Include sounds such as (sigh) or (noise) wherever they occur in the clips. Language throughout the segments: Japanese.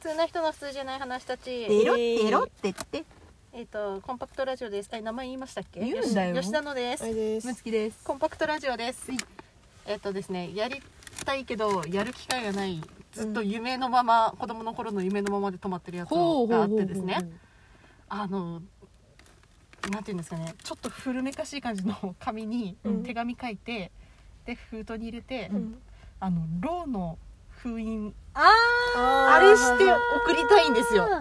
通な人の普通じゃない話たちエロっえてーエロって言ってえっ、とコンパクトラジオですえ名前言いましたっけ言うんだよし吉田のですあれですムツキですコンパクトラジオですえっ、とですねやりたいけどやる機会がないずっと夢のまま、子供の頃の夢のままで止まってるやつがあってですねあのなんていうんですかねちょっと古めかしい感じの紙にうん手紙書いて、で封筒に入れて、うんあのろうの封印あああーれして送りたいんですよは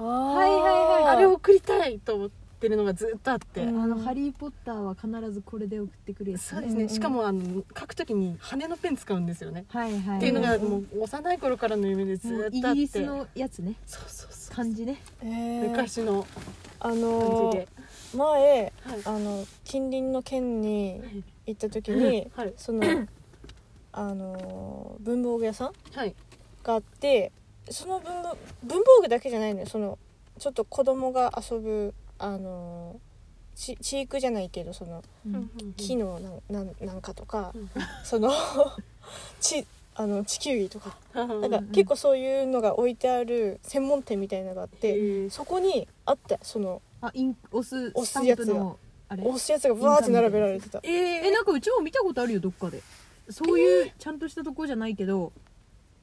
はいはいあはいれを送りたいと思ってるのがずっとあって、うんあの「ハリー・ポッター」は必ずこれで送ってくるやつそうですうんうねんしかもあの書くときに羽のペン使うんですよね、はいはいっていうのがうんうんもう幼い頃からの夢でずもうっイとあっギてリスのやつねそうそうそう漢字ねえー、昔のあ感のじーで、前はいあの近隣の県に行った時はにいはいそのあのー文房具屋さんはいがあってその文房文房具だけじゃないのよそのちょっと子供が遊ぶあのーち飼育じゃないけどその木のなんなんなんかとかその (laughs) ちあの地球儀とか (laughs) なんかうんうん結構そういうのが置いてある専門店みたいなのがあってでそこにあったそのあイン押す押スタすンやプつがのあれ押すやつがバーって並べられてたえーえなんかうちも見たことあるよどっかでそういうちゃんとしたとこじゃないけど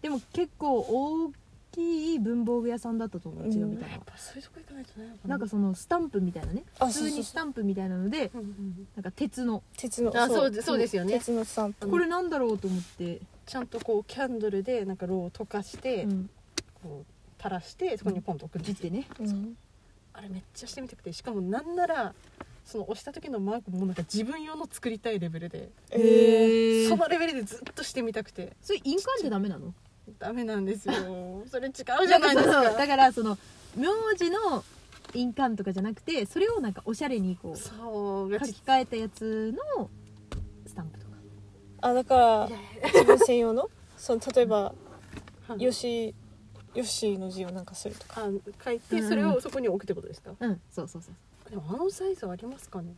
でも結構大きい文房具屋さんだったと思ううちのみたいなやっぱそういうとこ行かないとねなんかそのスタンプみたいなねあ普通そうそうそうにスタンプみたいなのでうんうんなんか鉄の鉄のあそうそうですよね鉄のスタンプこれなんだろうと思ってちゃんとこうキャンドルでなんかろうを溶かして、うんこう垂らしてそこにポンと置くん切でっすよてねうんあれめっちゃしてみたくてしかもなんならその押した時のマークもなんか自分用の作りたいレベルで、えーえそのレベルでずっとしてみたくてそれ印鑑じゃダメなのダメなんです (laughs) よそれ違うじゃないですんかそのかだからその名字の印鑑とかじゃなくてそれをなんかおしゃれにこう書そうがちき換えたやつのスタンプとかあだから自分専用のその例えばは「いよし」「よし」の字をなんかするとかあ書いてうんそれをそこに置くってことですか、うんそうそうそうでもあのサイズありますかね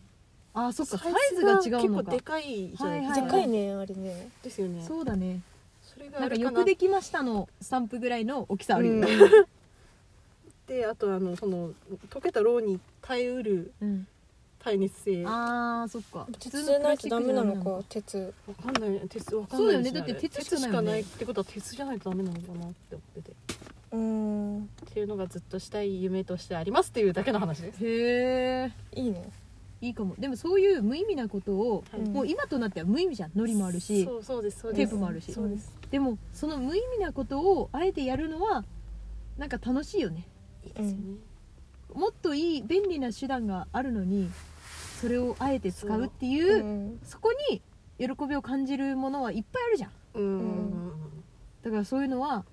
あーそっかサイズが違結うの構かでかいじゃないですはか、でかいねあれねですよねそうだねそれがあなんかれかよなくっできましたのスタンプぐらいの大きさあるようんね、てあとあのその溶けたろうに耐えうるうん耐熱性わあーそっか鉄じゃないとダメな普通ののプラスチックじゃダメか鉄かんない鉄わかんないそうだよねですだってあれ鉄しかないしよかねないってことは鉄じゃないとダメなのかなって思っててうーんっていうのがずっとしたい夢としてありますっていうだけの話ですへえいいねいいかもでもそういう無意味なことを、はいうんもう今となっては無意味じゃんノリもあるしそうそうですそうですテープもあるしそうですでもその無意味なことをあえてやるのはなんか楽しいよねいいですよねもっといい便利な手段があるのにそれをあえて使うっていううそんこに喜びを感じるものはいっぱいあるじゃんうんんだからそういうのは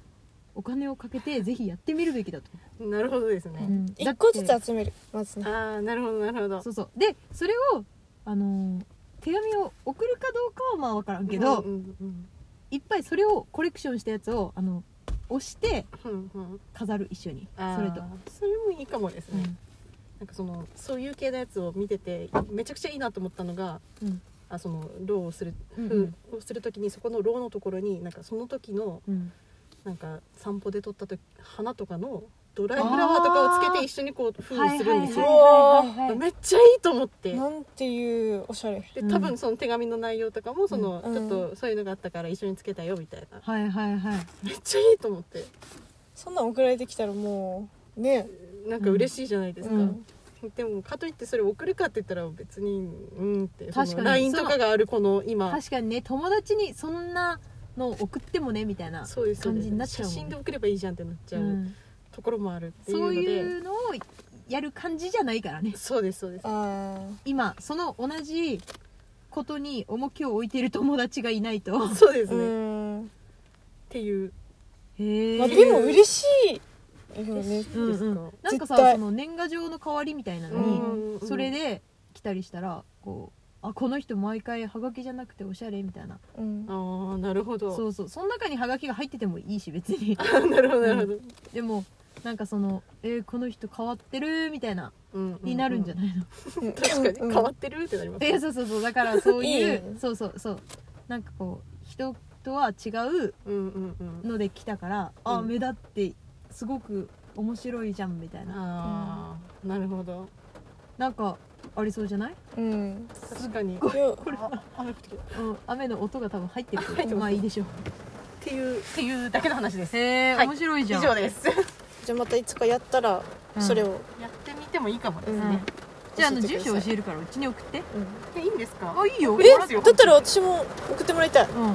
お金をかけてぜひやってみるべきだと思うんなるほどですね、う、うんだって一個ずつ集めるまずねああなるほどなるほどそうそうでそれをあのー手紙を送るかどうかはまあ分からんけうんど、うんうんいっぱいそれをコレクションしたやつをあの押してうんうん飾る一緒にあーそれと、それもいいかもですうね、んなんかそのそういう系のやつを見ててめちゃくちゃいいなと思ったのがうんあそのローをする、うんふうをする時にそこのローのところになんかその時のうんなんか散歩で撮った時花とかのドライフラワーとかをつけて一緒にこう封にするんですよ、はいははいいはいはいめっちゃいいと思ってなんていうおしゃれでうん多分その手紙の内容とかもその、うんちょっとそういうのがあったから一緒につけたよみたいな、はいはいはいめっちゃいいと思ってそんなん送られてきたらもうねなんか嬉しいじゃないですか、うんでもかといってそれ送るかって言ったら別にうんって確かにその LINE とかがあるこの今確かにね友達にそんなの送ってもねみたいなそうですそう感でじになっすちゃ写うもんね真で送ればいいじゃんってなっちゃう、うんところもあるっていうのそうでいうのをやる感じじゃないからねそうですそうですあ今その同じことに重きを置いてる友達がいないとそうでーすうね、っーんていうへまあえでも嬉しいよねうんですか、うんなんかさ絶対その年賀状の代わりみたいなのうんにうんうんそれで来たりしたらこうあこの人毎回ハガキじゃなくておしゃれみたいなうんああなるほどそうそうその中にハガキが入っててもいいし別 (laughs) になるほどなるほど、でもなんかそのえーこの人変わってるみたいなうんになるんじゃないないの確かに変わっってるってなります (laughs) いやそうそうそうだからそういういいそうそうそうなんかこう人とは違ううんうんうんので来たから、あうん目立ってすごく面白いじゃんみたいなああなるほどなんかありそうじゃない、うん確かによこれ雨降ってきたっうん、雨の音が多分入ってる入ってますまあいいでしょうていうっていうだけの話ですへえはい面白い以じゃん上 (laughs) ですじゃあまたいつかやったらそれを、を、やってみてもいいかもですううんね、んじゃああの教えて住くだ所教えさいるからうちに送ってうんでいいんですかあいいよえますよだったら私も送ってもらいたいうん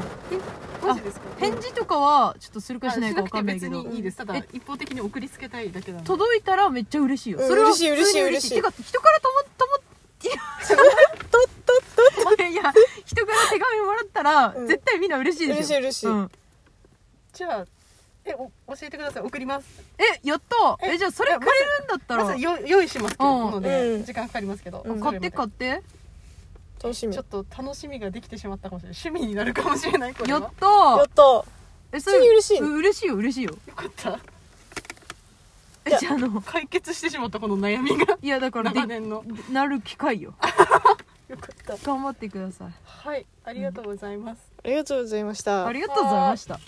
マジですか返事とかはちょっとするかしないかわかんないけあしどくて別にいいですただえ一方的に送りつけたいだけなので届いたらめっちゃ嬉しいよ、うんそれは嬉しい嬉しい普通に嬉しいてか人からともともととといや人から手紙もらったら、うん絶対みんな嬉しいでしょ嬉しい嬉しいうんじゃあえお教えてください送りますえやったええじゃあそれえくれるんだったら、まずよ用意しますけどうんので、うん時間かかりますけど、うんそ買れまっでて買って楽しみちょやっと楽しみができてしまったかもしれない趣味になるかもしれないこれやはっよたったえそ普通に嬉しいうん嬉しいよ嬉しいよかったえいやじゃああの解決してしまったこの悩み (laughs) がいやだからで長年のなる機会よよかった頑張ってくださいはいありがとうございます、ありがとうございましたありがとうございました